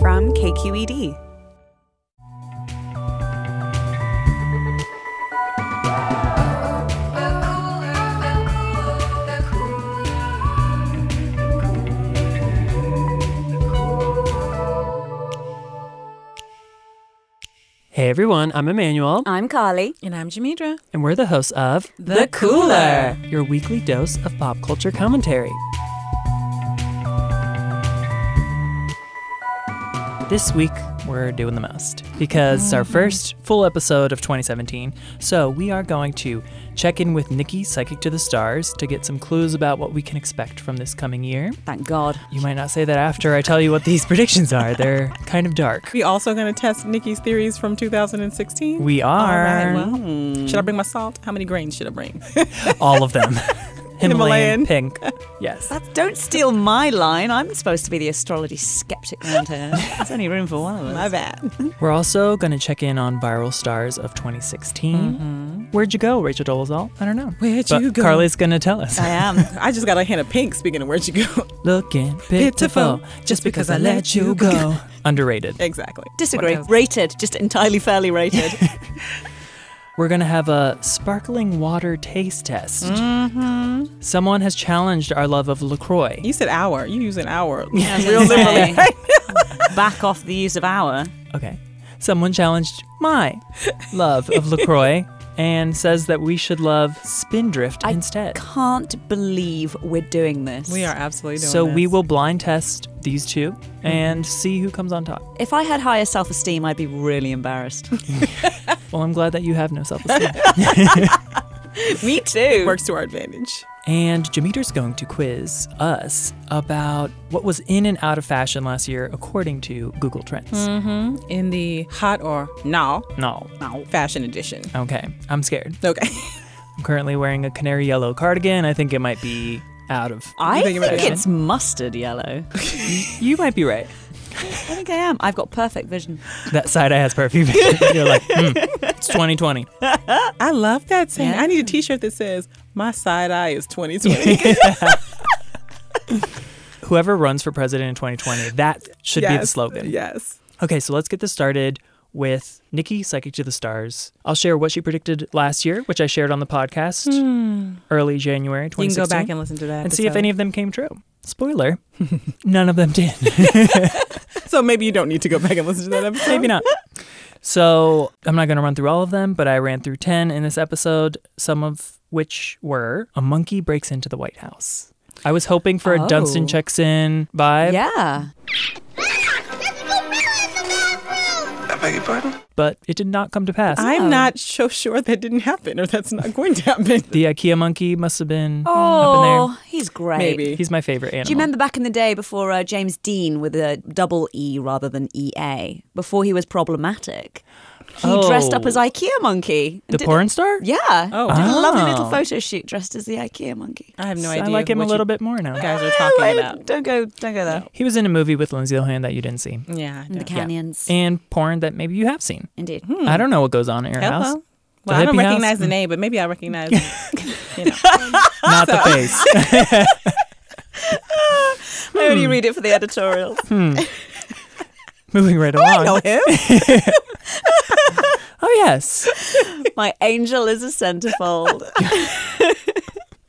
from E KQED. Hey everyone, I'm Emmanuel, I'm Carly. And I'm Jamidra. and we're the hosts of The Cooler. your weekly dose of pop culture commentary. This week, we're doing the most because it's our Mm. first full episode of 2017. So, we are going to check in with Nikki, Psychic to the Stars, to get some clues about what we can expect from this coming year. Thank God. You might not say that after I tell you what these predictions are, they're kind of dark. We also going to test Nikki's theories from 2016. We are. All right, well, should I bring my salt? How many grains should I bring? all of them. Himalayan Himalayan. pink. Yes. That's, don't steal my line. I'm supposed to be the astrology skeptic around here. There's only room for one of us. my bad. We're also going to check in on viral stars of 2016. Where'd you go, Rachel Dolezal? I don't know. Where'd But you go? Carly's going to tell us. I am. I just got a hint of pink. Speaking of where'd you go? Looking pitiful just because I let you go. Underrated. exactly. Disagree. What else? Rated. Just entirely fairly rated. We're going to have a sparkling water taste test. Someone has challenged our love of LaCroix. You said hour. You use an hour. Real liberally. Back off the use of our. Okay. Someone challenged my love of LaCroix and says that we should love Spindrift I instead. Can't believe we're doing this. We are absolutely doing So we this. Mm-hmm. will blind test these 2 and see who comes on top. If I had higher self esteem, I'd be really embarrassed. Well, I'm glad that you have no self-esteem. Me too. Works to our advantage. and Jameter's going to quiz us about what was in and out of fashion last year according to Google Trends. Mm. In the hot or now No. now fashion edition. Okay. I'm scared. Okay. I'm currently wearing a canary yellow cardigan. I think it might be out of. I You think, think it might be it's mustard yellow. You might be right. I think I am. I've got perfect vision. That side eye has perfume. You're like, hmm, it's 2020. I love that saying. Yeah. I need a T-shirt that says "My side eye is 2020." Whoever runs for president in 2020, that should be the Yes. slogan. Yes. Okay, so let's get this started with Nikki, Psychic to the Stars. I'll share what she predicted last year, which I shared on the podcast Hmm. early January 2016. listen to that and see if any of them came true. Spoiler, none of them did. So maybe you don't need to go back and listen to that episode. Maybe not. So I'm not going to run through all of them, but I ran through 10 in this episode, some of which were A Monkey Breaks Into the White House. I was hoping for a Oh. Dunstan Checks In vibe, Yeah. I beg your pardon? but it did not come to pass. I'm not so sure that didn't happen or that's not going to happen. the IKEA monkey must have been up in there. Oh, he's great. Maybe. He's my favorite animal. Do you remember back in the day before uh, James Dean with a double E rather than EA, before he was problematic? He dressed up Oh. as IKEA monkey. and the did- porn star? Yeah. Oh. Did a lovely little Oh. photo shoot dressed as the IKEA monkey. I have no I idea. like him a what little bit more now. You guys are Oh, talking wait, about. Don't go don't go there. He was in a movie with Lindsay Lohan that you didn't see, Yeah. In Hmm. I the don't. canyons. and porn that maybe you have seen. Indeed. I don't know what goes on at your house. Hello. The Well, I don't hippie house? recognize the name, but maybe I recognize. you know. Not the face. I only read it for the editorial. Moving right along. him. Oh yes. My angel is a centerfold.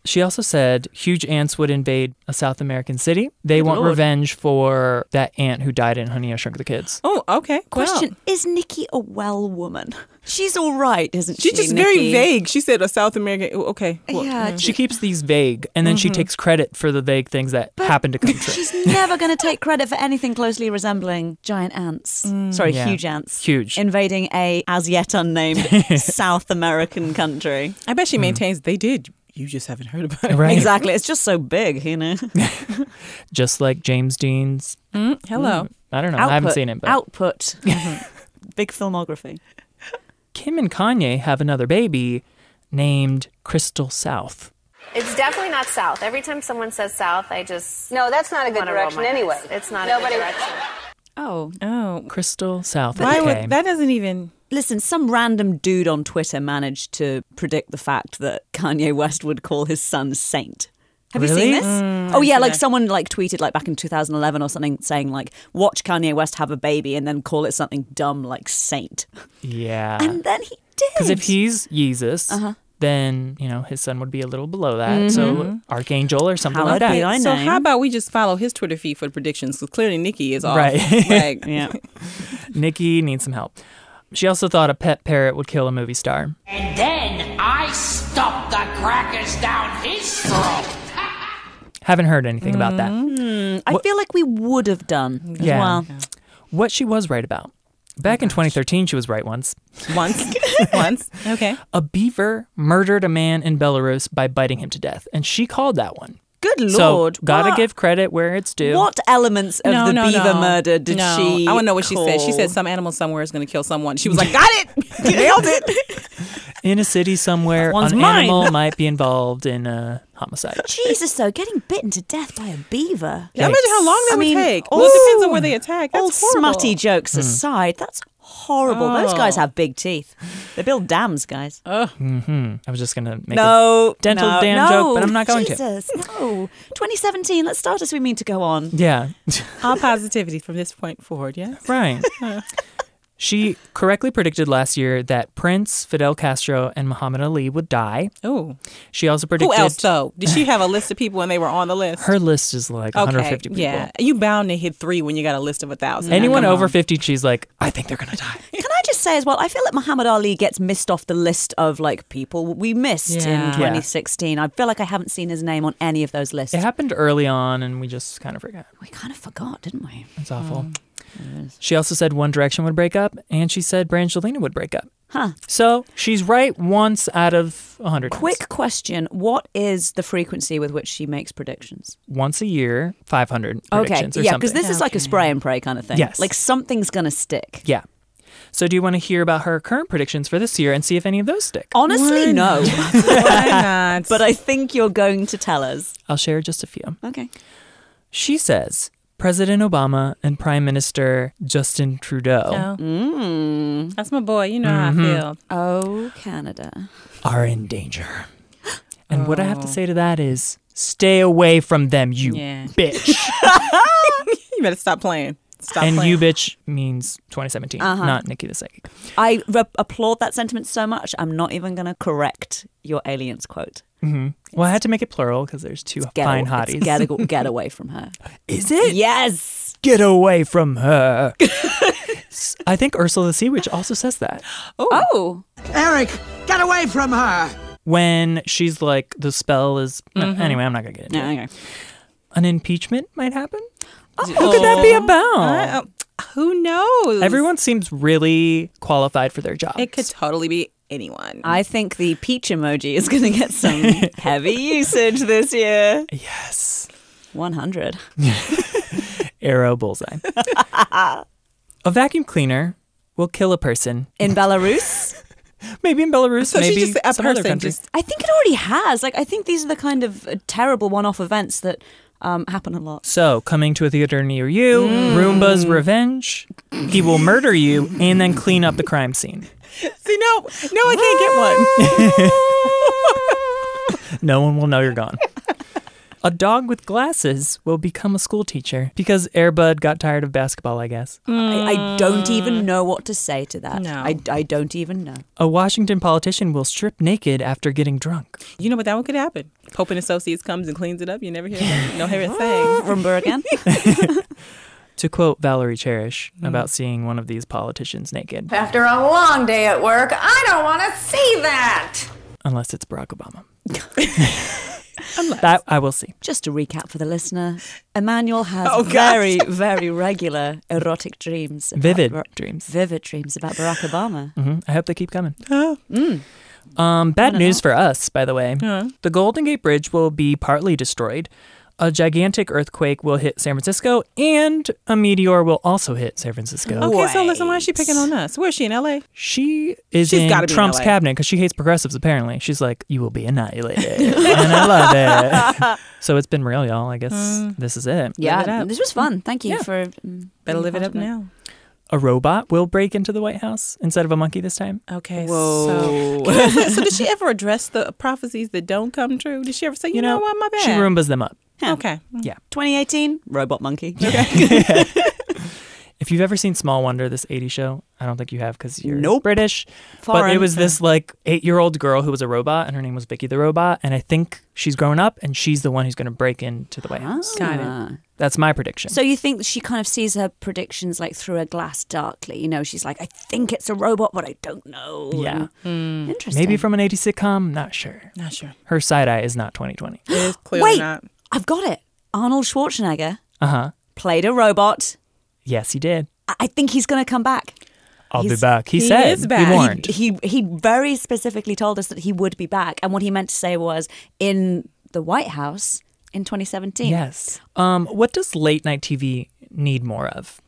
She also said huge ants would invade a South American city. They want lord. revenge for that ant who died in Honey I Shrunk the Kids. Oh, okay. Question Wow. Is Nikki a well woman? She's all right, isn't she? She's just Nikki? very vague. She said a South American. ooh, Okay. well, Oh, Yeah. Mm-hmm. She keeps these vague, and then she takes credit for the vague things that happen to come true. She's never going to take credit for anything closely resembling giant ants. Sorry, Mm, Yeah. huge ants. Huge. Invading a as yet unnamed South American country. I bet she maintains they did. You just haven't heard about it. Right. Exactly. It's just so big, you know. Just like James Dean's. Hmm? Hello. I don't know. I haven't Output- seen it, Mm. but Output. big filmography. Kim and Kanye have another baby named Crystal South. It's definitely not south. Every time someone says south, I just No, that's not a good wanna roll direction my eyes. anyway. It's not Nobody- a good direction. Oh. Oh. Crystal South. Why okay. would that doesn't even Listen, some random dude on Twitter managed to predict the fact that Kanye West would call his son Saint. Have you Really? Mm. seen this? oh yeah, like someone like tweeted like back in 2011 or something saying like watch Kanye West have a baby and then call it something dumb like saint. Yeah. And then he did. Because if he's Jesus, Uh-huh. then you know his son would be a little below that. So archangel or something Hallowed like that. be thy So name. Mm-hmm. how about we just follow his Twitter feed for the predictions? Because clearly Nikki is off. Right. Like, yeah. Nikki needs some help. She also thought a pet parrot would kill a movie star. And then I stuffed the crackers down his throat. Haven't heard anything about Mm-hmm. that. I feel like we would have done as Yeah. well. What she was right about. Oh Back in 2013, she was right once. once, once, okay. A beaver murdered a man in Belarus by biting him to death, and she called that one. Good lord. so, gotta what, give credit where it's due. What elements of the beaver murder did No, she I want to know what she said. She said call? some animal somewhere is going to kill someone. She was like, "Got it, nailed it." In a city somewhere, one's an mine. animal might be involved in a homicide. Jesus though, getting bitten to death by a beaver. Yeah, Imagine how long that I would mean, take. all- well, it depends on where they attack. That's All horrible. smutty jokes Hmm. aside, that's horrible. Those guys have big teeth. They build dams, guys. I was just gonna make a Oh. no dental no, dam no. joke, but I'm not going to. Jesus, to. No, 2017. Let's start as we mean to go on. Yeah, All positivity from this point forward. Yes. right. she correctly predicted last year that Prince, Fidel Castro, and Muhammad Ali would die. Oh, She also predicted who else though? Did she have a list of people and they were on the list? her list is like okay. 150 people. Yeah, you bound to hit three when you got a list of a thousand. Anyone Come over on. 50, she's like, I think they're gonna die. Can I just say as well? I feel like Muhammad Ali gets missed off the list of like people we missed Yeah. in 2016. I feel like I haven't seen his name on any of those lists. It happened early on, and we just kind of forgot. We kind of forgot, didn't we? It's awful. Um, She also said One Direction would break up, and she said Brangelina would break up. Huh. So she's right once out of 100. times. Quick question: What is the frequency with which she makes predictions? Once a year, 500 predictions or yeah, something. because this is like a spray and pray kind of thing. Yes. like something's gonna stick. Yeah. So do you want to hear about her current predictions for this year and see if any of those stick? Honestly, Why no. Why not? but uh, I think you're going to tell us. I'll share just a few. Okay. She says President Obama and Prime Minister Justin Trudeau Oh. That's my boy. You know Mm-hmm. how I feel. Oh, Canada. are in danger. And what I have to Oh. say to that is stay away from them, you Yeah. bitch. You better stop playing. Stop and playing. Uh-huh. you bitch means 2017, not Nikki the Psychic. I re- applaud that sentiment so much. I'm not even going to correct your aliens quote. Well, I had to make it plural because there's two Get, fine aw- hotties. Get, aw- get away from her. Is it? Yes. Get away from her. S- I think Ursula the Sea Witch also says that. Oh. Eric, get away from her! when she's like the spell is Mm-hmm. anyway i'm not gonna get into it Okay. an impeachment might happen Oh, what could that be about Uh, who knows? everyone seems really qualified for their job It could totally be anyone. I think the peach emoji is going to get some heavy usage this year. yes 100. arrow bullseye a vacuum cleaner will kill a person In Belarus? maybe in belarus So she maybe just a some other person country just I think it already has. Like, I think these are the kind of uh, terrible one off events that um, happen a lot. so coming to a theater near you roomba's revenge he will murder you and then clean up the crime scene See, no, no, I can't get one. No one will know you're gone. A dog with glasses will become a school teacher because Airbud got tired of basketball, I guess. I, I don't Mm. even know what to say to that. No. I, I don't even know. A Washington politician will strip naked after getting drunk. You know what? That one could happen. Hope an Associates comes and cleans it up. You never hear that. No hear a thing. Rumba again? To quote Valerie Cherish about seeing one of these politicians naked, After a long day at work, I don't want to see that. unless it's Barack Obama. That I will see. Just to recap for the listener, Emmanuel has Oh, God. very, very regular erotic dreams. About Vivid Bar- dreams. vivid dreams about Barack Obama. Mm-hmm. Mhm. I hope they keep coming. Mm. Um, bad news for us, by the way. The Golden Gate Bridge will be partly destroyed. A gigantic earthquake will hit San Francisco, and a meteor will also hit San Francisco. Okay, so listen, why is she picking on us? Where's she in LA? She is She's in gotta be in Trump's LA. cabinet because she hates progressives. Apparently, she's like, "You will be annihilated," and I love it. so it's been real, y'all. I guess this is it. Yeah, it up. this was fun. Thank you for. mm, Better being live it part up of now. a robot will break into the White House instead of a monkey this time. Okay. Whoa. So, so did she ever address the prophecies that don't come true? Did she ever say, you, know, what, my bad? She Roombas them up. Okay. 2018, Robot Monkey. If you've ever seen Small Wonder, this 80s show, I don't think you have because you're Nope. British. But it Foreign. was this like eight year old girl who was a robot and her name was Vicky the Robot. And I think she's grown up and she's the one who's going to break into the White House. Got it. Ah. That's my prediction. So you think she kind of sees her predictions like through a glass darkly? You know, she's like, I think it's a robot, but I don't know. Yeah. And- Hmm. Interesting. Maybe from an 80s sitcom, not sure. Not sure. Her side eye is not 2020. It is clearly Wait, not. I've got it. Arnold Schwarzenegger Uh Uh-huh. huh. played a robot. Yes, he did. I- I think he's going to come back. I'll be He's- back. He, he said. is back. He He- warned. He he very specifically told us that he would be back, and what he meant to say was in the White House in 2017. yes. Um, what does late night TV need more of?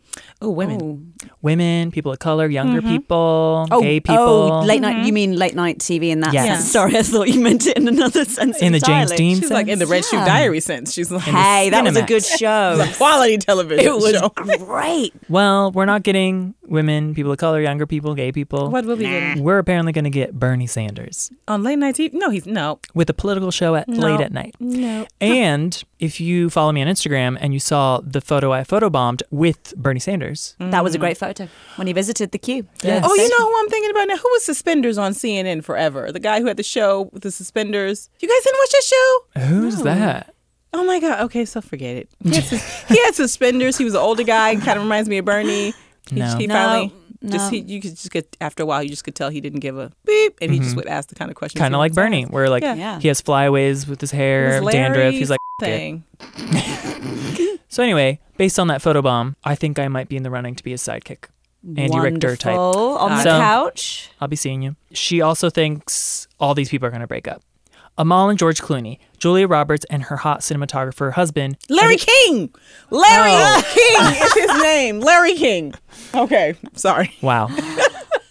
Oh, women. Women, people of color, younger people, Oh, gay people. oh, late night. You mean late night TV in that Yes. sense? Sorry, I thought you meant it in another sense. in the James entirely. Dean She's like in the Red Shoe Yeah. Diary sense. She's like, Hey, that was a Cinemax. good show. quality television. it was show. great. Well, we're not getting women, people of color, younger people, gay people. What will we get We're apparently going to get Bernie Sanders on late night TV? No, he's no. with a political show at No. late at night. No. And if you follow me on Instagram and you saw the photo I photobombed with Bernie Sanders, That was a great photo when he visited the queue. Yes. Oh, you know who I'm thinking about now? Who was Suspenders on CNN forever? The guy who had the show with the Suspenders. You guys didn't watch that show? who's that? Oh my God. Okay, so forget it. He had, sus- he had Suspenders. He was an older guy. Kind of reminds me of Bernie. He, No. he No, finally. no. Just he, you could just get after a while, you just could tell he didn't give a beep, and he just would ask the kind of questions. Kind of Mm-hmm. like Bernie, where like Yeah. Yeah. he has flyaways with his hair, dandruff. He's like "F- it." thing. So anyway, based on that photobomb, I think I might be in the running to be his sidekick, Andy Richter type. Wonderful. on the So- couch. I'll be seeing you. She also thinks all these people are going to break up. Amal and George Clooney, Julia Roberts and her hot cinematographer husband. Larry King. Larry Oh. King is his name. Larry King. Okay, sorry. Wow.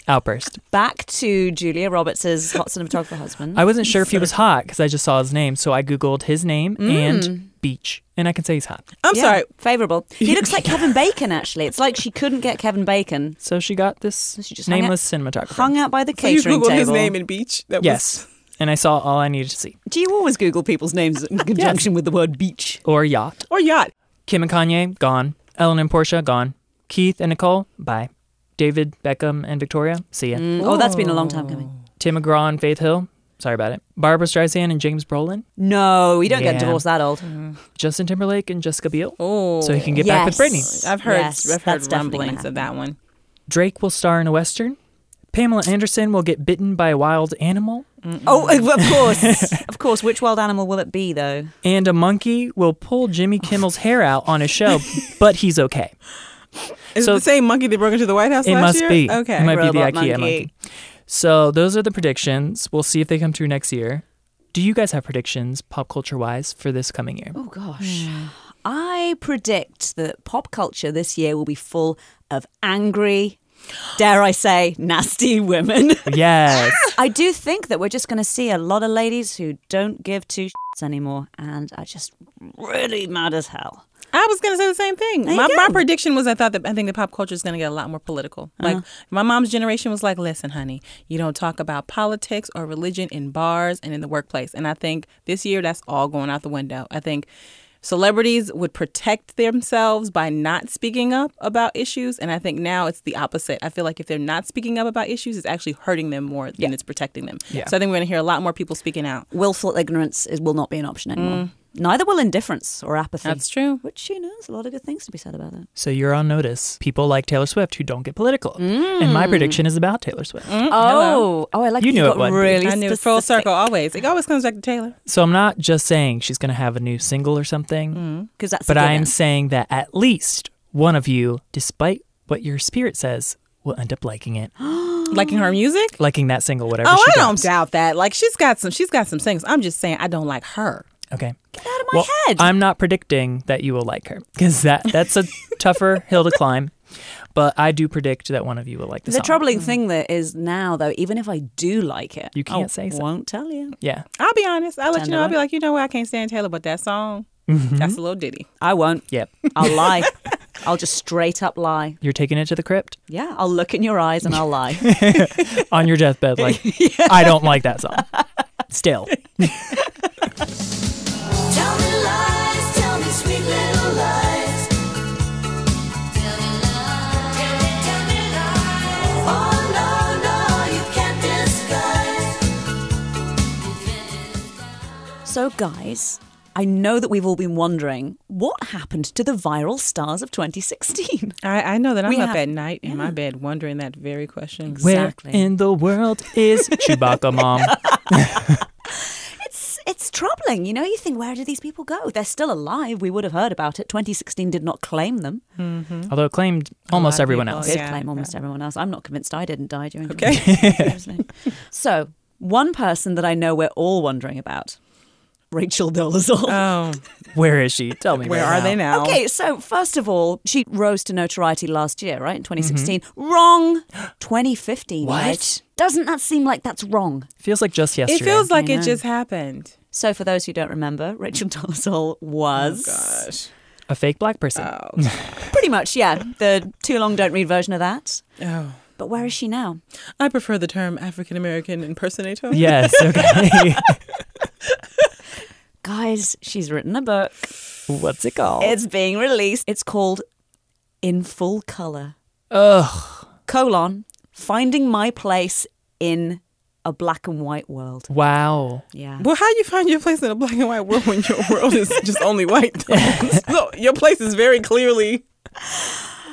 Outburst. Back to Julia Roberts' hot cinematographer husband. I wasn't sure if he was hot because I just saw his name. So I Googled his name Mm. and beach. And I can say he's hot. I'm Yeah, sorry. Favorable. He looks like Kevin Bacon, actually. It's like she couldn't get Kevin Bacon. So she got this she just hung out- nameless cinematographer. Hung out by the So you catering googled table. his name in beach. That was- yes. And I saw all I needed to see. Do you always Google people's names in conjunction with the word beach? Or yacht. or yacht. Kim and Kanye, gone. Ellen and Portia, gone. Keith and Nicole, bye. David, Beckham, and Victoria, see ya. Oh, that's been a long time coming. Tim McGraw and Faith Hill. Sorry about it. Barbara Streisand and James Brolin. No, you don't Yeah. get divorced that old. Justin Timberlake and Jessica Biel. Oh, So he can get back with Yes. Britney. I've heard. Yes, I've heard that's definitely gonna rumblings of that one. Drake will star in a Western. Pamela Anderson will get bitten by a wild animal. Oh, of course. of course. Which wild animal will it be, though? And a monkey will pull Jimmy Kimmel's hair out on his show, but he's okay. Is So- it the same monkey that broke into the White House It last must year? be. Okay. It might be the IKEA Robot monkey. monkey. So those are the predictions. We'll see if they come true next year. Do you guys have predictions, pop culture wise, for this coming year? Oh, gosh. I predict that pop culture this year will be full of angry, dare I say, nasty women. Yes. I do think that we're just going to see a lot of ladies who don't give two shits anymore and are just really mad as hell. I was gonna say the same thing. you My, go. my prediction was I thought that I think the pop culture is gonna get a lot more political. Like my mom's generation was like, listen, honey, you don't talk about politics or religion in bars and in the workplace. And I think this year that's all going out the window. I think celebrities would protect themselves by not speaking up about issues and i think now it's the opposite i feel like if they're not speaking up about issues it's actually hurting them more than it's protecting them Yeah. so i think we're going to hear a lot more people speaking out Willful ignorance is, will not be an option anymore. Neither will indifference or apathy. that's true Which, you know, there's a lot of good things to be said about that. so you're on notice. People like Taylor Swift who don't get political. And my prediction is about Taylor Swift. Oh, oh, I like You that knew got it would be. really i knew specific. full circle always it always comes back to taylor So I'm not just saying she's going to have a new single or something, because that's. but a I am given. saying that at least one of you, despite what your spirit says, will end up liking it, liking her music liking that single, whatever. Oh, she I don't drops. doubt that. Like she's got some, she's got some things. I'm just saying, I don't like her. Okay. Get out of my head. I'm not predicting that you will like her because that that's a tougher hill to climb. But I do predict that one of you will like the, The song. troubling thing that is now, though, even if I do like it, You I can't say so. Won't tell you. Yeah. I'll be honest. I'll let you Tender know. Mm-hmm. I'll be one. like, you know what? I can't stand Taylor, but that song, that's a little ditty. I won't. Yep. I'll lie. I'll just straight up lie. You're taking it to the crypt Yeah, I'll look in your eyes and I'll lie. on your deathbed, like, I don't like that song. Still. Tell me lies, tell me sweet little lies. Tell me lies, tell me, tell me lies. Oh no, no, you can't disguise. so, guys, I know that we've all been wondering what happened to the viral stars of 2016. I, I know that I'm We up have- at night in my bed wondering that very question. Exactly. Where in the world is Chewbacca Mom? It's, it's troubling. You know, you think, where did these people go? They're still alive. We would have heard about it. 2016 did not claim them. Although it claimed almost of everyone people, else. did Yeah, claim yeah. almost everyone else. I'm not convinced I didn't die during. Oh, Okay. so one person that I know we're all wondering about, Rachel Dolezal. Oh, Where is she? Tell me. where right are they now? Okay, so first of all, she rose to notoriety last year, right? In 2016. Wrong. 2015. What? guys. Doesn't that seem like that's wrong? Feels like just It yesterday. feels like I it know. just happened. So, for those who don't remember, Rachel Dolezal was Oh, a fake black person. pretty much, yeah, the too long don't read version of that. Oh. But where is she now? I prefer the term African American impersonator. Yes. Okay. Guys, she's written a book. What's it called? It's being released. It's called In Full Color. Ugh. colon finding my place in a black and white world. Wow. Yeah. Well, how you find your place in a black and white world when your world is just only white? no, your place is very clearly,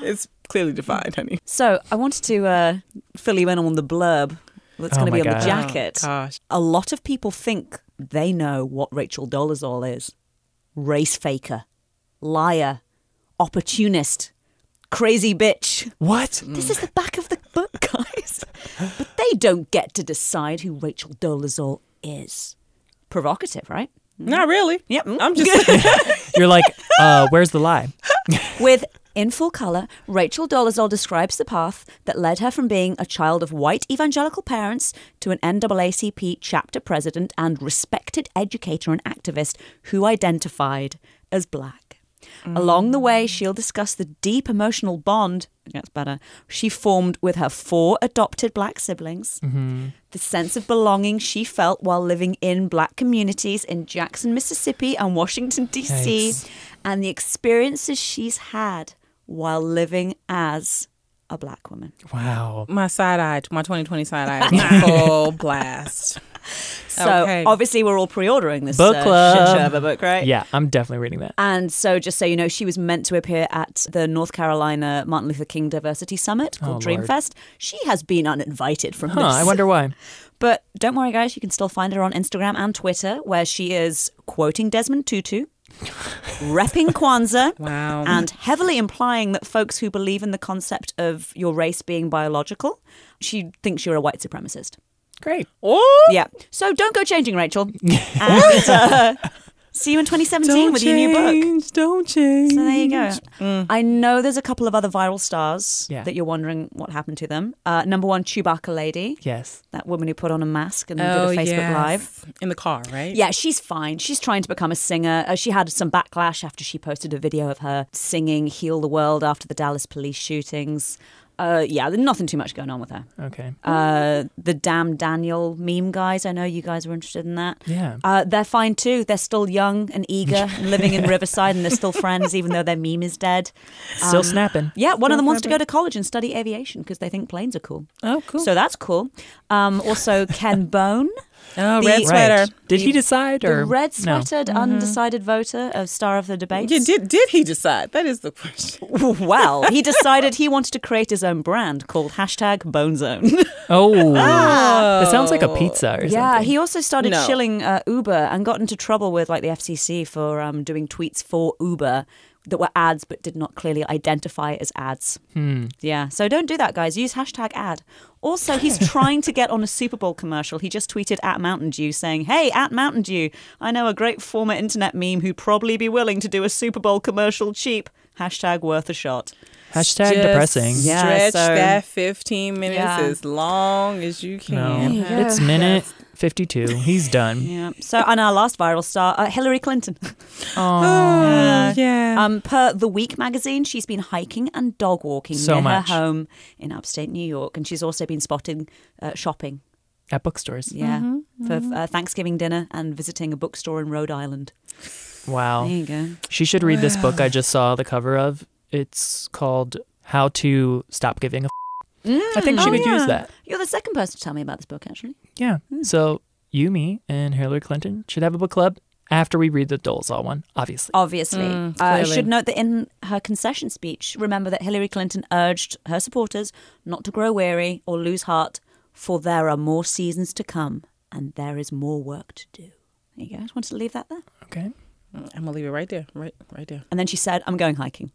it's clearly defined, honey. So I wanted to uh, fill you in on the blurb that's Oh going to my be on God. the jacket. Gosh, a lot of people think they know what Rachel Dolezal is race faker, liar, opportunist, crazy bitch. What? This is the back of the book, guys. but they don't get to decide who Rachel Dolezal is. Provocative, right? not really. Yep. I'm just. You're like, uh, where's the lie? With In Full Color, Rachel Dolezal describes the path that led her from being a child of white evangelical parents to an NAACP chapter president and respected educator and activist who identified as black. Along the way, she'll discuss the deep emotional bond, that's better, she formed with her four adopted black siblings, the sense of belonging she felt while living in black communities in Jackson, Mississippi and Washington, D.C., Yikes. and the experiences she's had while living as a black woman. Wow. my side eye, my 2020 side eye, is on full blast. So Okay. obviously, we're all pre-ordering this Book uh, club. shit show of a book, right? Uh, Yeah, I'm definitely reading that. And so, just so you know, she was meant to appear at the North Carolina Martin Luther King Diversity Summit called Oh, Lord. Dreamfest. She has been uninvited from Huh, this. I wonder why. But don't worry, guys, you can still find her on Instagram and Twitter, where she is quoting Desmond Tutu, repping Kwanzaa, Wow. and heavily implying that folks who believe in the concept of your race being biological, she thinks you're a white supremacist. Great. Oh, Yeah. So don't go changing, Rachel. And uh, see you in 2017 with your new book. Don't change. So there you go. Mm. I know there's a couple of other viral stars Yeah. that you're wondering what happened to them. Uh, number one, Chewbacca Lady, Yes. that woman who put on a mask and Oh, did a Facebook yes. Live. in the car, right? Yeah, she's fine. She's trying to become a singer. Uh, she had some backlash after she posted a video of her singing Heal the World after the Dallas police shootings. Uh, yeah, there's nothing too much going on with her. Okay. Uh, the Damn Daniel meme guys, I know you guys were interested in that. Yeah. Uh, they're fine too. They're still young and eager and living in Riverside and they're still friends even though their meme is dead. Still snapping. Yeah, one of them wants to go to college and study aviation because they think planes are cool. Oh, cool. So that's cool. Um, also, Ken Bone. oh, the- red sweater. Right. Did he decide or The red no? Mm-hmm. sweatered, undecided voter of star of the debate. Yeah, did did he decide? That is the question. well, he decided he wanted to create his own brand called hashtag Bonezone. Oh, that sounds like a pizza or yeah, something. he also started No. shilling uh, Uber and got into trouble with like the FCC for um, doing tweets for Uber that were ads but did not clearly identify as ads. Hmm. Yeah, so don't do that, guys. Use hashtag ad. Also, he's trying to get on a Super Bowl commercial. He just tweeted at Mountain Dew saying, Hey, at Mountain Dew, I know a great former internet meme who'd probably be willing to do a Super Bowl commercial cheap. Hashtag worth a shot. Hashtag Just depressing. Yeah, Stretch so- that 15 minutes Yeah. as long as you No, can. it's minute 52. He's done. Yeah. So on our last viral star, uh, Hillary Clinton. Oh, yeah. Um, per The Week magazine, she's been hiking and dog walking So near much. her home in upstate New York, and she's also been spotting uh, shopping. At bookstores. Yeah, for uh, Thanksgiving dinner and visiting a bookstore in Rhode Island. Wow. Oh. There you go. She should read this book I just saw the cover of. It's called How to Stop Giving a F. I think she Oh, could yeah. use that. You're the second person to tell me about this book, actually. Yeah. So you, me, and Hillary Clinton should have a book club after we read the Dolls All one, obviously. Obviously, uh, I clearly. should note that in her concession speech, remember that Hillary Clinton urged her supporters not to grow weary or lose heart, for there are more seasons to come, and there is more work to do. There you go. I just wanted to leave that there. Okay. Um, I'm going to leave it right there. Right right there. And then she said, "I'm going hiking."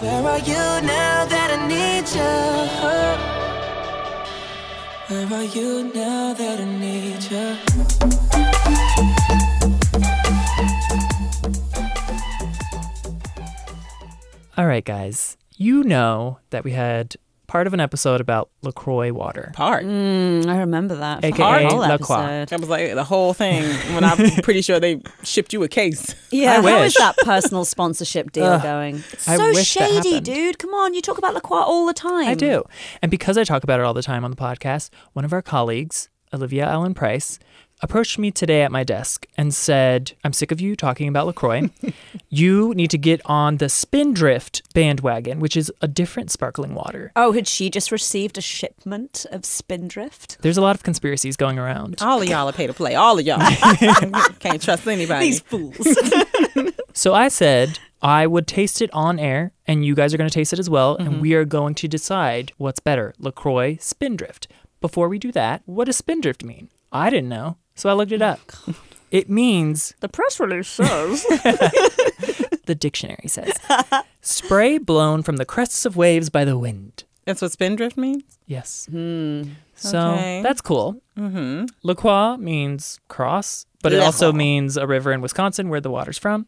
Where are you now that I need you? Where are you now that I need you? All right, guys. You know that we had part of an episode about LaCroix water. Part. I remember that. AKA Fucking whole La Croix. episode. That was like the whole thing when I'm pretty sure they shipped you a case. Yeah, I how wish. is that personal sponsorship deal going? It's I so wish that shady, happened. dude. Come on, you talk about LaCroix all the time. I do. And because I talk about it all the time on the podcast, one of our colleagues, Olivia Allen Price, approached me today at my desk and said, I'm sick of you talking about LaCroix. you need to get on the Spindrift bandwagon, which is a different sparkling water. Oh, had she just received a shipment of Spindrift? There's a lot of conspiracies going around. All of y'all are pay to play. All of y'all. Can't trust anybody. These fools. So I said I would taste it on air, and you guys are going to taste it as well, and we are going to decide what's better, Lacroix, Spindrift. Before we do that, what does Spindrift mean? I didn't know, so I looked it up. It means the press release says. the dictionary says spray blown from the crests of waves by the wind. That's what spindrift means? Yes. So Hmm. Okay. that's cool. Mm-hmm. Lacroix means cross, but it also means a river in Wisconsin where the water's from.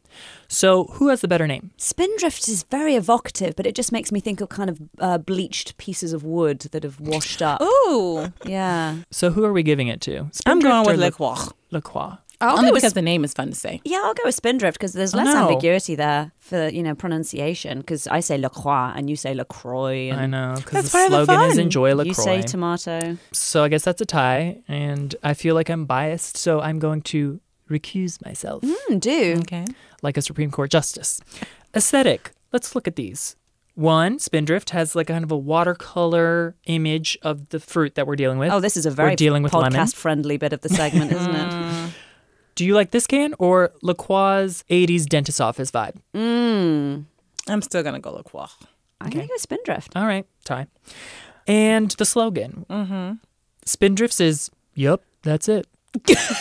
So who has the better name? Spindrift is very evocative, but it just makes me think of kind of uh, bleached pieces of wood that have washed up. Ooh. Yeah. So who are we giving it to? I'm going Spindrift or with La- Le Croix. LaCroix. I'll Only go because with, the name is fun to say. yeah, I'll go with Spindrift because there's I less know. ambiguity there for, you know, pronunciation because I say LaCroix and you say LaCroix. And I know because the That's part of the slogan is fun. "Enjoy Lacroix." You say tomato. so I guess that's a tie, and I feel like I'm biased, so I'm going to recuse myself Mm-hmm. Hmm, do. Okay. like a Supreme Court justice. Aesthetic. Let's look at these. One, Spindrift has like kind of a watercolor image of the fruit that we're dealing with. Oh, this is a very we're dealing with lemon. Mm. podcast-friendly bit of the segment, isn't it? Do you like this can or Lacroix's '80s dentist office vibe? I'm still going to go Le Croix. I'm gonna go Spindrift. All right, tie. And the slogan. Mm-hmm. Spindrift's is "Yup, that's it."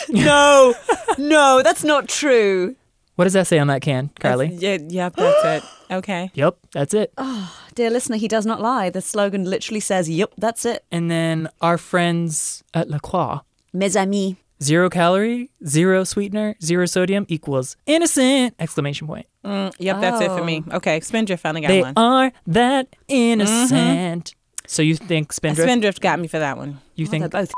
No, no, that's not true. What does that say on that can, Carly? Yeah, yeah, that's it. Okay. Yup, that's it. Dear listener, he does not lie. The slogan literally says, "Yep, that's it." And then our friends at La Croix. Mes amis. Zero calorie, zero sweetener, zero sodium equals innocent! Exclamation point. Yep, that's it for me. Okay, Spindrift finally got They one. are that innocent. Mm-hmm. So you think Spindrift? Spindrift got me for that one. you Oh, They're think? both.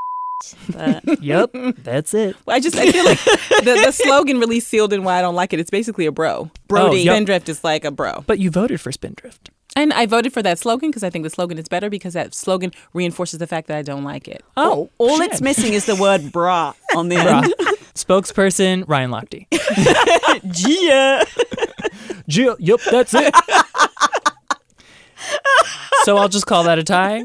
but yup, that's it. Well, I just I feel like the, the slogan really sealed in why I don't like it. It's basically a bro. Brody. yep. Spindrift is like a bro. But you voted for Spindrift. And I voted for that slogan because I think the slogan is better because that slogan reinforces the fact that I don't like it. Oh, all shit. it's missing is the word "bra" on the Bra. end. Spokesperson Ryan Lochte. Yeah. Jill, yup, that's it. so I'll just call that a tie.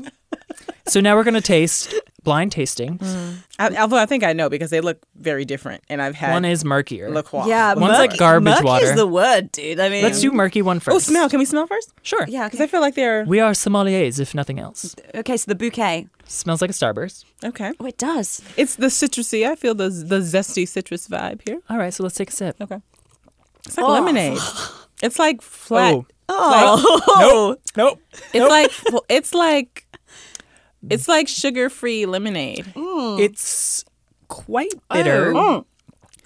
So now we're gonna taste blind tasting. Mm. I, although I think I know because they look very different, and I've had One is murkier. La Croix. Yeah, One's like murky- garbage murky water. is the word, dude. I mean, Let's do murky one first. Oh, smell. Can we smell first? Sure. Yeah, Because okay. I feel like they're We are sommeliers, if nothing else. okay. So the bouquet. Smells like a starburst. okay. Oh, it does. It's the citrusy. I feel the the zesty citrus vibe here. All right, so let's take a sip. Okay. It's like lemonade. It's like flat. Oh. Oh. Nope. Nope. it's like well, it's like it's like sugar free lemonade. Oh. Mm. It's quite bitter.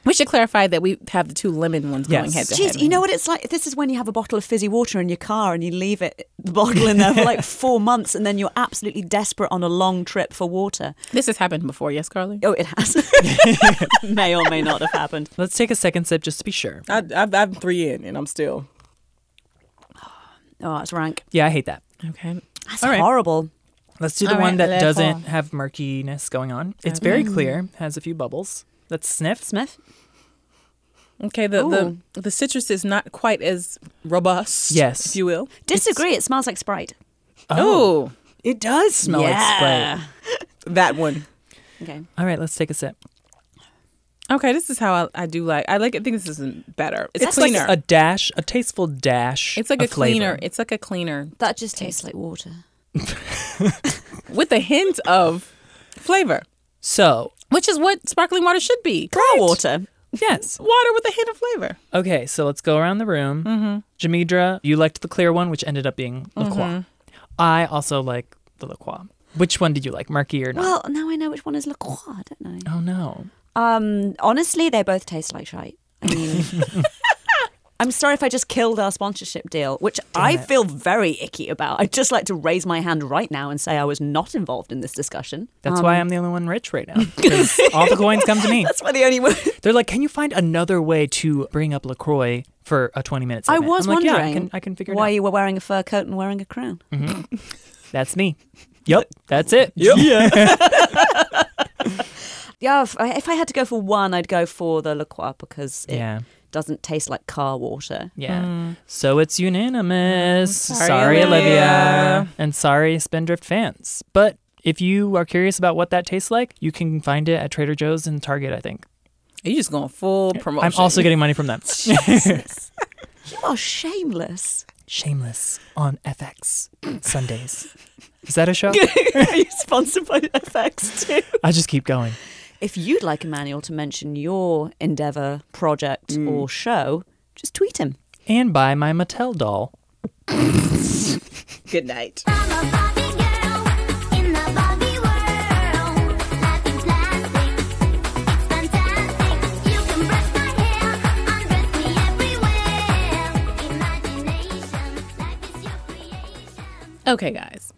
We should clarify that we have the two lemon ones going Yes. head to Jeez, head. you know what it's like? This is when you have a bottle of fizzy water in your car and you leave it the bottle in there for like four months and then you're absolutely desperate on a long trip for water. This has happened before, yes, Carly? Oh, it has. may or may not have happened. Let's take a second sip just to be sure. I, I, I'm three in and I'm still. Oh, it's rank. Yeah, I hate that. Okay. That's horrible. Let's do the All one right, that let doesn't fall. Mm. have murkiness going on. It's very clear, has a few bubbles. Let's sniff. Smith? Okay, the, the the citrus is not quite as robust, Yes. if you will. Disagree. It smells like Sprite. Oh, It does Oh, smell like Sprite. that one. Okay. All right, let's take a sip. Okay, this is how I, I do like. I like. I think this is better. It's That's like cleaner. A dash, a tasteful dash. it's like a of flavor. cleaner. It's like a cleaner That just tastes like water. with a hint of flavor, So, which is what sparkling water should be. Raw water. yes. Water with a hint of flavor. Okay, so let's go around the room. Mm-hmm. Jamidra, you liked the clear one, which ended up being La Croix. Mm-hmm. I also like the La Croix. Which one did you like, murky or not? Well, now I know which one is La Croix, don't I? oh no. Um, honestly, they both taste like shite. I mean, I'm sorry if I just killed our sponsorship deal, which I feel very icky about. I'd just like to raise my hand right now and say I was not involved in this discussion. That's why I'm the only one rich right now. 'cause all the coins come to me. That's why the only one. They're like, can you find another way to bring up LaCroix for a 20 minute I segment? was I'm like, wondering yeah, I can, I can figure it why out. you were wearing a fur coat and wearing a crown. That's me. Yep, that's it. Yep. Yeah. Yeah, if I, if I had to go for one, I'd go for the La Croix because it Yeah. doesn't taste like car water. yeah. Mm. So it's unanimous. Sorry, Olivia. And sorry, Spindrift fans. But if you are curious about what that tastes like, you can find it at Trader Joe's and Target, I think. Are you just going full promotion? I'm also getting money from them. You are shameless. Shameless on FX Sundays. Is that a show? are you sponsored by FX too? I just keep going. If you'd like Emmanuel to mention your endeavor, project, or show, just tweet him. And buy my Mattel doll. Good night. I'm a Barbie girl in the Barbie world. Life is plastic, it's fantastic. You can brush my hair, undress me everywhere. Imagination, life is your creation. Okay, guys.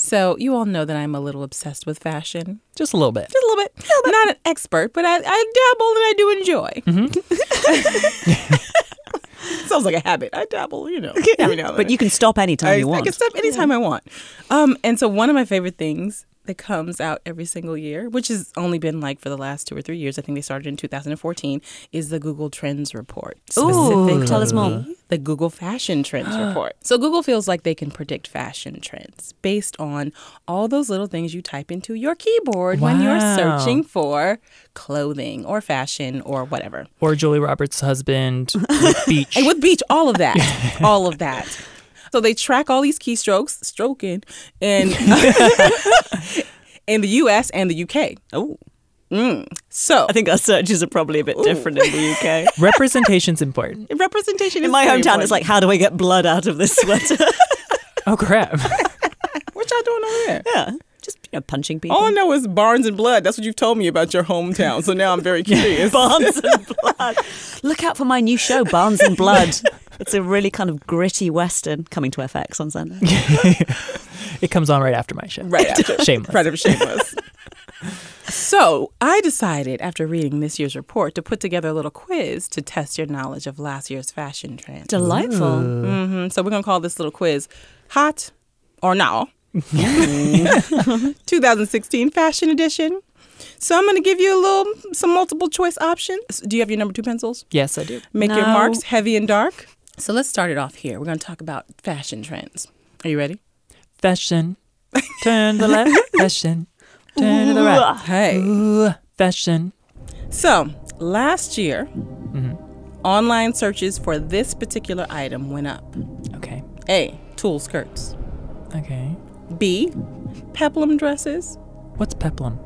So you all know that I'm a little obsessed with fashion. Just a little bit. Just a little bit. Not an expert, but I, I dabble and I do enjoy. Sounds like a habit. I dabble, you know. every now and But then. you can stop anytime I, you I want. can stop anytime I want. Um, and so one of my favorite things that comes out every single year, which has only been like for the last two or three years, I think they started in 2014, is the Google Trends report. Ooh, tell us more. Specifically, The Google Fashion Trends report. So Google feels like they can predict fashion trends based on all those little things you type into your keyboard when you're Wow. searching for clothing or fashion or whatever. Or Julie Roberts' husband, with Beach. And with beach, all of that, all of that. So they track all these keystrokes, stroking, and in the U.S. and the U.K. Oh, So I think our searches are probably a bit different in the UK. Representation's important. representation In my hometown, it's like, how do I get blood out of this sweater? Oh, crap. what y'all doing over there? yeah, just you know, punching people. All I know is Barnes and Blood. That's what you've told me about your hometown. So now I'm very curious. Barnes and Blood. Look out for my new show, Barnes and Blood. It's a really kind of gritty western coming to FX on Sunday. It comes on right after my show. Right after Shameless. Predator Shameless. so I decided after reading this year's report to put together a little quiz to test your knowledge of last year's fashion trends. Delightful. Mm, So we're gonna call this little quiz "Hot or No." 2016 Fashion Edition. So I'm gonna give you a little, some multiple choice options. Do you have your number two pencils? Yes, I do. Make your No. marks heavy and dark. So let's start it off here. We're gonna talk about fashion trends. Are you ready? Fashion. Turn to the left. Fashion. Turn to the right. Hey. Ooh, fashion. So last year, online searches for this particular item went up. Okay. A. Tulle skirts. Okay. B. Peplum dresses. What's peplum?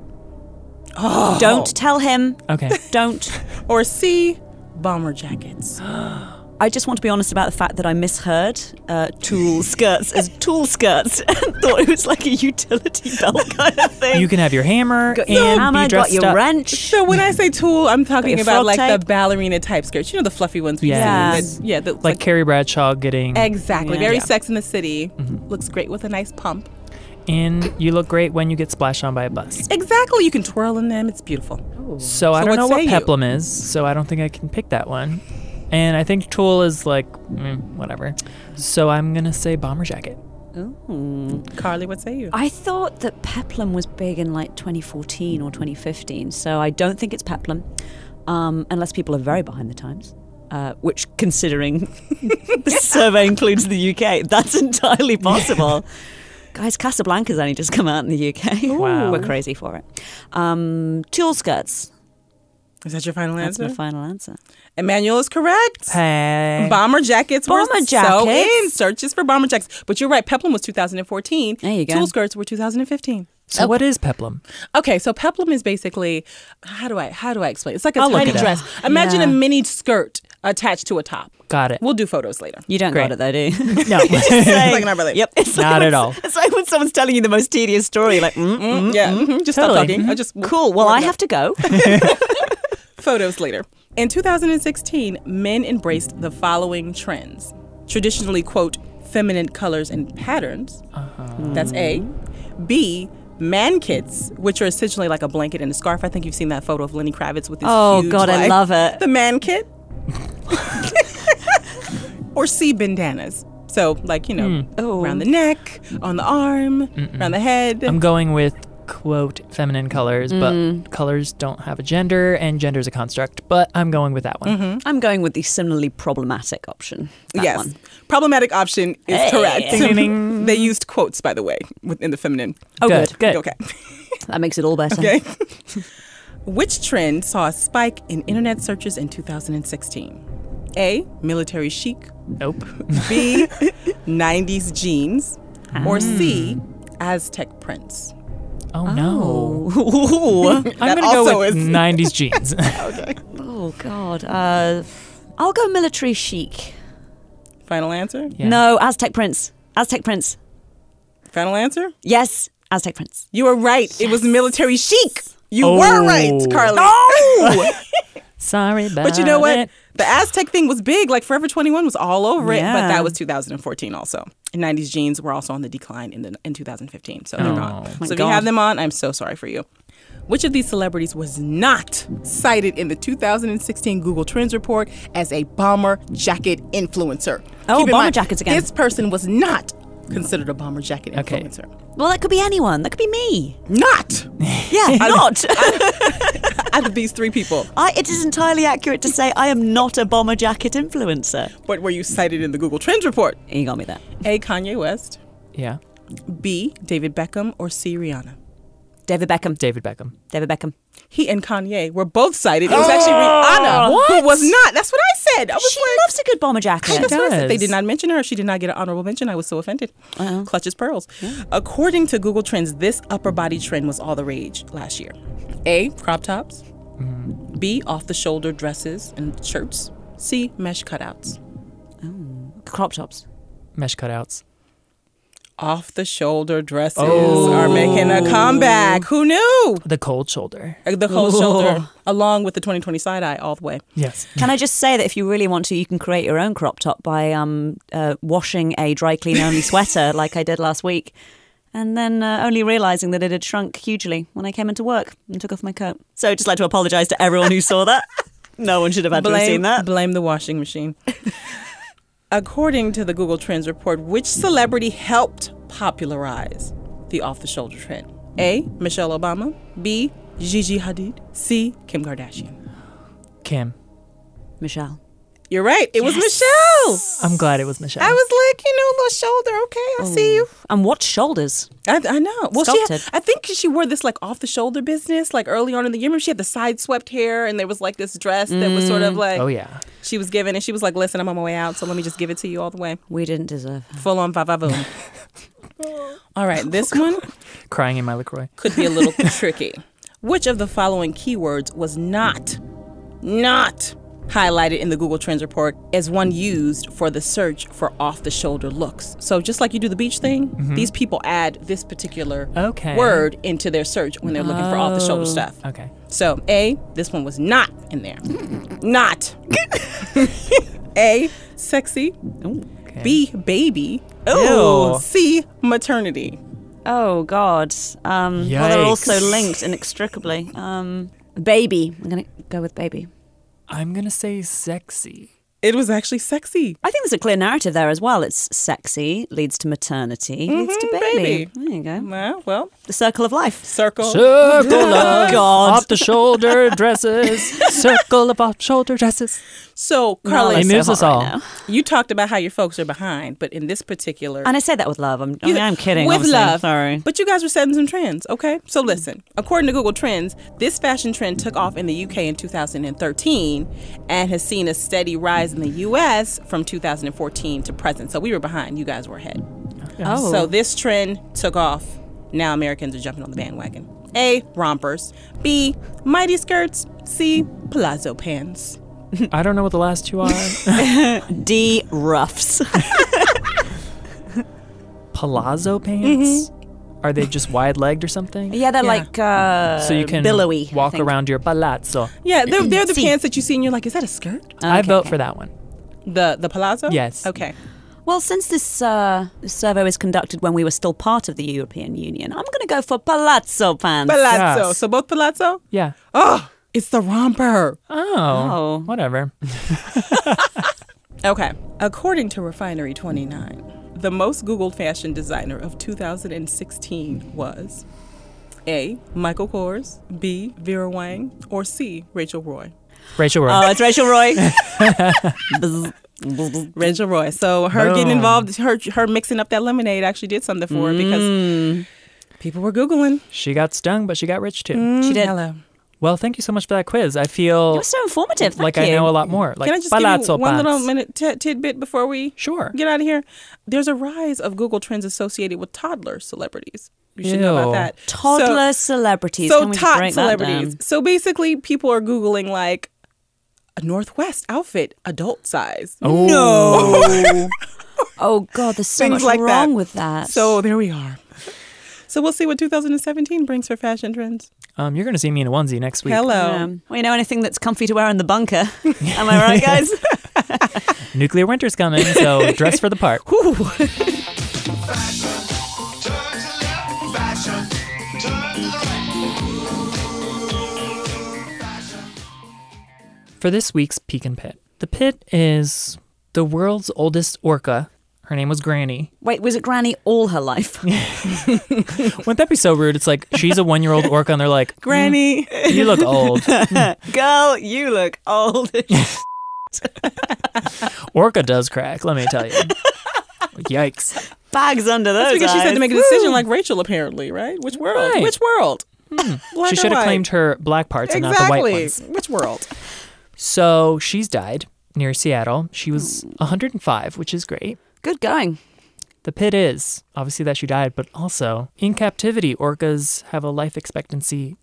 Don't tell him. Okay. Don't. Or C. Bomber jackets. I just want to be honest about the fact that I misheard uh, tool skirts as tool skirts and thought it was like a utility belt kind of thing. You can have your hammer got and your be hammer, dressed got your up. wrench. So when I say tool, I'm talking your about frog like the type. ballerina type skirts. You know the fluffy ones we've Yes. seen. that- yeah, the, Like Carrie Bradshaw getting exactly. Yeah. Very Yeah. Mm-hmm. Sex in the City. Looks great with a nice pump. in. You look great when you get splashed on by a bus. Exactly. You can twirl in them. It's beautiful. Oh. So I So don't what know what say you? peplum is, so I don't think I can pick that one. And I think tool is like mm, whatever. So I'm gonna say bomber jacket. Carly, what say you? I thought that peplum was big in like 2014 or 2015, so I don't think it's peplum, um, unless people are very behind the times. Uh, which, considering the survey includes the UK, that's entirely possible. Guys, Casablanca's only just come out in the UK. Wow. We're crazy for it. Um, tool skirts. Is that your final That's answer? my final answer. Emmanuel is correct. Hey. Bomber jackets were Bomber so jackets. in searches for bomber jackets. But you're right, peplum was 2014. There you go. Tool skirts were 2015. so what is peplum? Okay, so peplum is basically how do I how do I explain? It's like a I'll look tiny it up. dress. Imagine Yeah. a mini skirt attached to a top. Got it. We'll do photos later. You don't Great. got it though, do you? no. It's like not really. Yep. It's Not when at all. s- It's like when someone's telling you the most tedious story, like, mm, Mm, yeah. mhm, Just Totally. stop talking. I just Mm-hmm. cool, well, I have to go. photos later. In 2016, men embraced the following trends. Traditionally, quote, feminine colors and patterns. Uh-huh. That's A. B, man kits, which are essentially like a blanket and a scarf. I think you've seen that photo of Lenny Kravitz with his Oh, huge, God, I like, love it. The man kit. or C, bandanas. So, like, you know, Hmm. around the neck, on the arm, around the head. I'm going with quote feminine colors, but Mm. colors don't have a gender and gender's a construct, but I'm going with that one. I'm going with the similarly problematic option. That yes. One. Problematic option is Hey. correct. they used quotes, by the way, within the feminine. Oh, good, good. good. Okay. That makes it all better. Okay. Which trend saw a spike in internet searches in 2016? A. Military chic. Nope. B. 90s jeans. Or C. Ah. Aztec prints. Oh no. Ooh. I'm That gonna go also with is- 90s jeans. oh God. Uh, I'll go military chic. Final answer? Yeah. No, Aztec Prince. Aztec Prince. Final answer? Yes, Aztec Prince. You were right. It was military chic. You Oh. were right, Carly. Sorry about But you know what? it. The Aztec thing was big. Like Forever 21 was all over it, but Yeah. that was 2014 also. And 90s jeans were also on the decline in the in 2015, so they're gone. So Oh. My if you have God. them on, I'm so sorry for you. Which of these celebrities was not cited in the 2016 Google Trends report as a bomber jacket influencer? Oh, Keep in bomber mind, jackets again. This person was not considered a bomber jacket Okay. influencer. Well, that could be anyone. That could be me. Not Yeah, not. out of these three people, I, it is entirely accurate to say I am not a bomber jacket influencer. but were you cited in the Google Trends report? You got me there. A. Kanye West, Yeah. B. David Beckham, or C. Rihanna? David Beckham. David Beckham. David Beckham. he and Kanye were both cited. It was actually Rihanna What? who was not. That's what I said. I was She like, loves a good bomber jacket. that's what I said. They does. did not mention her. She did not get an honorable mention. I was so offended. Clutch as pearls. According to Google Trends, this upper body trend was all the rage last year. A. Crop tops. B. Off the shoulder dresses and shirts. C. Mesh cutouts. Crop tops. Mesh cutouts. Off the shoulder dresses are making a comeback. Who knew? The cold shoulder. The whole shoulder, along with the 2020 side eye, all the way. Yes. Can I just say that if you really want to, you can create your own crop top by um, uh, washing a dry clean only sweater like I did last week, and then uh, only realizing that it had shrunk hugely when I came into work and took off my coat. So I'd just like to apologize to everyone who saw that. No one should have had to have seen that. Blame the washing machine. According to the Google Trends report, which celebrity helped popularize the off the shoulder trend? A. Michelle Obama. B. Gigi Hadid. C. Kim Kardashian. Kim. Michelle. You're right. It was Michelle. I'm glad it was Michelle. I was like, you know, little shoulder. Okay, I see you. And what shoulders? I, I know. Well, she, Sculpted. I think she wore this like off the shoulder business like early on in the year. Remember, she had the side swept hair, and there was like this dress that was sort Mm. of like oh yeah. she was given, and she was like, "Listen, I'm on my way out, so let me just give it to you all the way." We didn't deserve. her. Full on vavavoom. All right, this one Crying in my LaCroix. could be a little tricky. Which of the following keywords was not, not highlighted in the Google Trends report as one used for the search for off the shoulder looks. So just like you do the beach thing, these people add this particular Okay. word into their search when they're looking for off the shoulder stuff. Okay. So A, this one was not in there. not. A, sexy. B, baby. Ew. Oh, C, maternity. Oh God. Um, well, they're also Yikes. linked inextricably. Um, baby. I'm gonna go with baby. I'm gonna say sexy. It was actually sexy. I think there's a clear narrative there as well. It's sexy leads to maternity leads to baby. Mm-hmm, baby. There you go. Well, well The circle of life. circle. Circle Oh, of God. off the shoulder dresses. Circle of off shoulder dresses. so, Carly, It It's so moves hot us all. right now. you talked about how your folks are behind, but in this particular. And I say that with love. I'm, I mean, I'm kidding. With obviously. love. Sorry. But you guys were setting some trends, okay? So listen, according to Google Trends, this fashion trend took off in the UK in 2013 and has seen a steady rise in the US from 2014 to present. So we were behind, you guys were ahead. oh. So this trend took off. Now Americans are jumping on the bandwagon. A, rompers. B, mighty skirts. C, palazzo pants. I don't know what the last two are. D roughs. Palazzo pants. Are they just wide legged or something? Mm-hmm. yeah, they're like uh, So you can billowy. I walk think. around your palazzo. Yeah, they're, they're the C. pants that you see and you're like, is that a skirt? I vote for that one. The the palazzo? Yes. Okay. Well, since this uh, survey was conducted when we were still part of the European Union, I'm going to go for palazzo pants. Palazzo. Yes. So both palazzo? Yeah. Oh, it's the romper. Oh, whatever. Okay. According to Refinery29, the most Googled fashion designer of 2016 was A. Michael Kors, B. Vera Wang, or C. Rachel Roy. Rachel Roy. Oh, it's Rachel Roy. Rachel Roy. So her getting involved, her her mixing up that lemonade actually did something for her because people were Googling. she got stung, but she got rich too. she did. Hello. Well, thank you so much for that quiz. I feel Mm. It was so informative. Thank like you. I know a lot more. Like Can I just palazzo give you one pants. little minute t- tidbit before we Sure. get out of here? There's a rise of Google trends associated with toddler celebrities. You should know Ew. about that. So- Toddler celebrities. so Can we just tot break that celebrities. down? So basically, people are googling like a Northwest outfit, adult size. Oh. No. oh God, there's so Things much like that. wrong with that. So there we are. So we'll see what 2017 brings for fashion trends. Um, you're gonna see me in a onesie next week. Hello. Um, well, you know anything that's comfy to wear in the bunker? Am I right, guys? Nuclear winter's coming, so dress for the part. Turn to left, fashion. Turn to the right. For this week's Pekin Pit, the pit is the world's oldest orca. Her name was Granny. Wait, was it Granny all her life? Wouldn't that be so rude? It's like she's a one-year-old orca, and they're like, "Mm, Granny. "You look old." Girl, you look old. Orca does crack, let me tell you. Yikes. Bags under those That's because she eyes. said to make a decision like Rachel, apparently, right? Which world? Right. Hmm. Which world? Black she or should have white? claimed her black parts and not the Exactly. white ones. Which world? So she's died near Seattle. She was 105, which is great. Good going. The pit is obviously that she died, but also in captivity, orcas have a life expectancy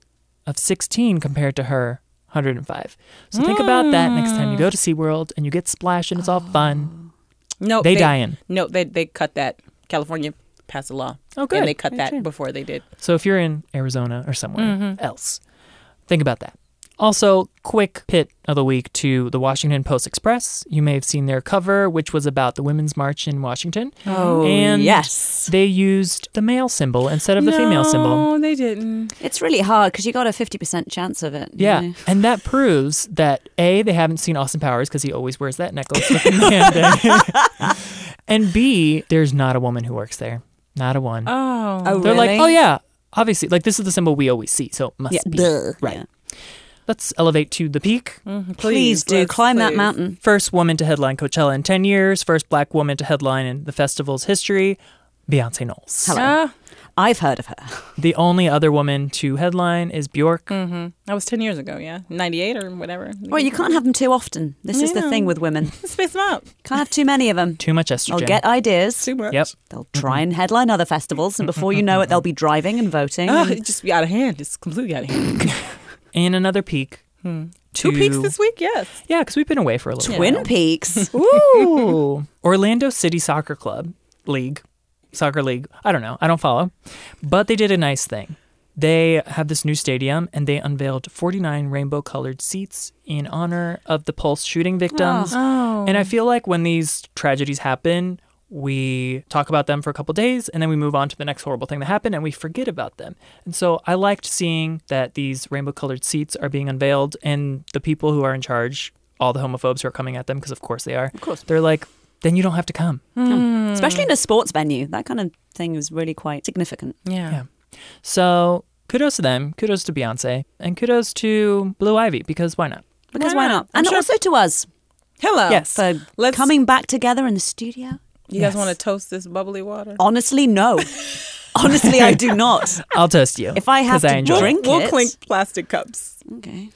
of 16 compared to her 105. So think about that next time you go to SeaWorld and you get splashed and it's all fun. No, They dying. No, they they cut that. California passed a law. Oh, good. And they cut that before they did. So if you're in Arizona or somewhere else, think about that. Also, quick pit of the week to the Washington Post Express. You may have seen their cover, which was about the Women's March in Washington. Oh, and yes. They used the male symbol instead of the female symbol. No, they didn't. It's really hard because you got a 50% chance of it. you Yeah. know. And that proves that A, they haven't seen Austin Powers because he always wears that necklace with the man thing. and B, there's not a woman who works there. Not a one. Oh. Oh, They're really? like, oh, yeah, obviously. Like, this is the symbol we always see. So it must Yeah, be. duh, Right. yeah. Mm-hmm. Let's elevate to the peak. Please, do let's- climb that please. mountain. First woman to headline Coachella in 10 years. First black woman to headline in the festival's history, Beyonce Knowles. Hello. Ah. I've heard of her. The only other woman to headline is Bjork. Mm. That was 10 years ago, yeah. 98 or whatever. Well, you can't have them too often. This is the thing with women. Oh, space them out. Can't have too many of them. Too much estrogen. They'll get ideas. Too much. Yep. They'll try and headline other festivals, and before you Mm-hmm. know it, they'll be driving and voting. Ah, and- it just be out of hand. It's completely out of hand. In another peak, Two to- peaks this week, yes. Yeah, because we've been away for a little. Twin Peaks. Ooh. Orlando City Soccer Club League. Soccer League. I don't know. I don't follow. But they did a nice thing. They have this new stadium and they unveiled 49 rainbow colored seats in honor of the Pulse shooting victims. And I feel like when these tragedies happen, we talk about them for a couple days and then we move on to the next horrible thing that happened and we forget about them. And so I liked seeing that these rainbow colored seats are being unveiled and the people who are in charge, all the homophobes who are coming at them, because of course they are, of course. they're like, then you don't have to come. Especially in a sports venue. That kind of thing was really quite significant. Yeah. Yeah. So kudos to them, kudos to Beyonce, and kudos to Blue Ivy, because why not? Because Why why, not? not? I'm And sure- also to us uh, Hello. Yes. for Let's- coming back together in the studio. You guys want to toast this bubbly water? Honestly, no. Honestly, I do not. I'll toast you. If I have 'cause to enjoy it. drink We'll it- clink plastic cups. Okay.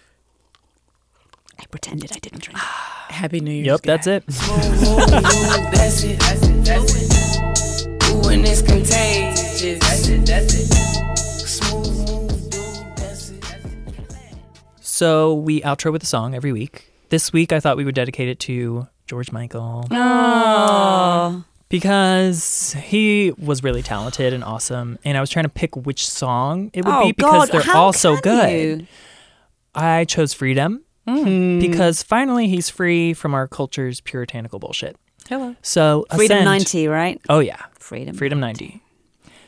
I pretended I didn't drink. Happy New Year's. Yep, that's it. That's it, that's it, that's it. Ooh, and it's contagious. That's it, that's it. Smooth move, dude, that's it. So we outro with a song every week. This week, I thought we would dedicate it to George Michael. Because he was really talented and awesome. And I was trying to pick which song it would oh be God! because they're how all so can good. you? I chose Freedom Hmm. because finally he's free from our culture's puritanical bullshit. Hello. So, Freedom Ascend- ninety, right? Oh, yeah. Freedom. Freedom 90.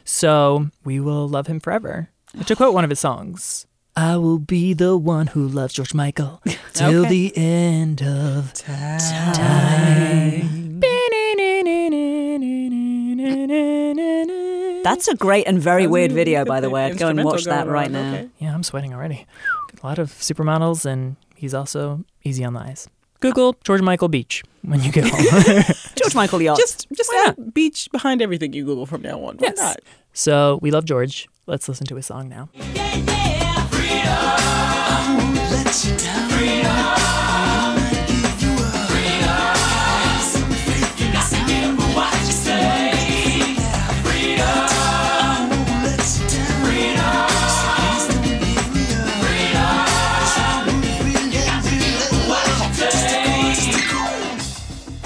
So we will love him forever. To quote one of his songs, I will be the one who loves George Michael till the end of time. That's a great and very weird video, by the way. I'd go and Instrumental watch that going right on, now. okay. Yeah, I'm sweating already. A lot of supermodels, and he's also easy on the eyes. Google George Michael Beach when you get home. George Michael Yacht. Just just add beach behind everything you Google from now on. Why Yes. not? so we love George. Let's listen to his song now.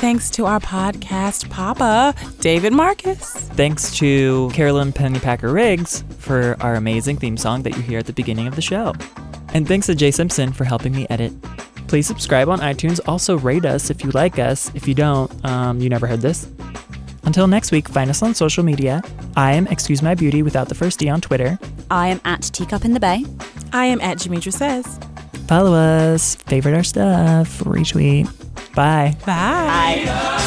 Thanks to our podcast papa, David Marcus. Thanks to Carolyn Pennypacker Riggs for our amazing theme song that you hear at the beginning of the show. And thanks to Jay Simpson for helping me edit. Please subscribe on iTunes. Also, rate us if you like us. If you don't, um, you never heard this. Until next week, find us on social media. I am Excuse My Beauty without the first D on Twitter. I am at Teacup in the Bay. I am at Jamidra Says. Follow us, favorite our stuff, retweet. Bye. Bye.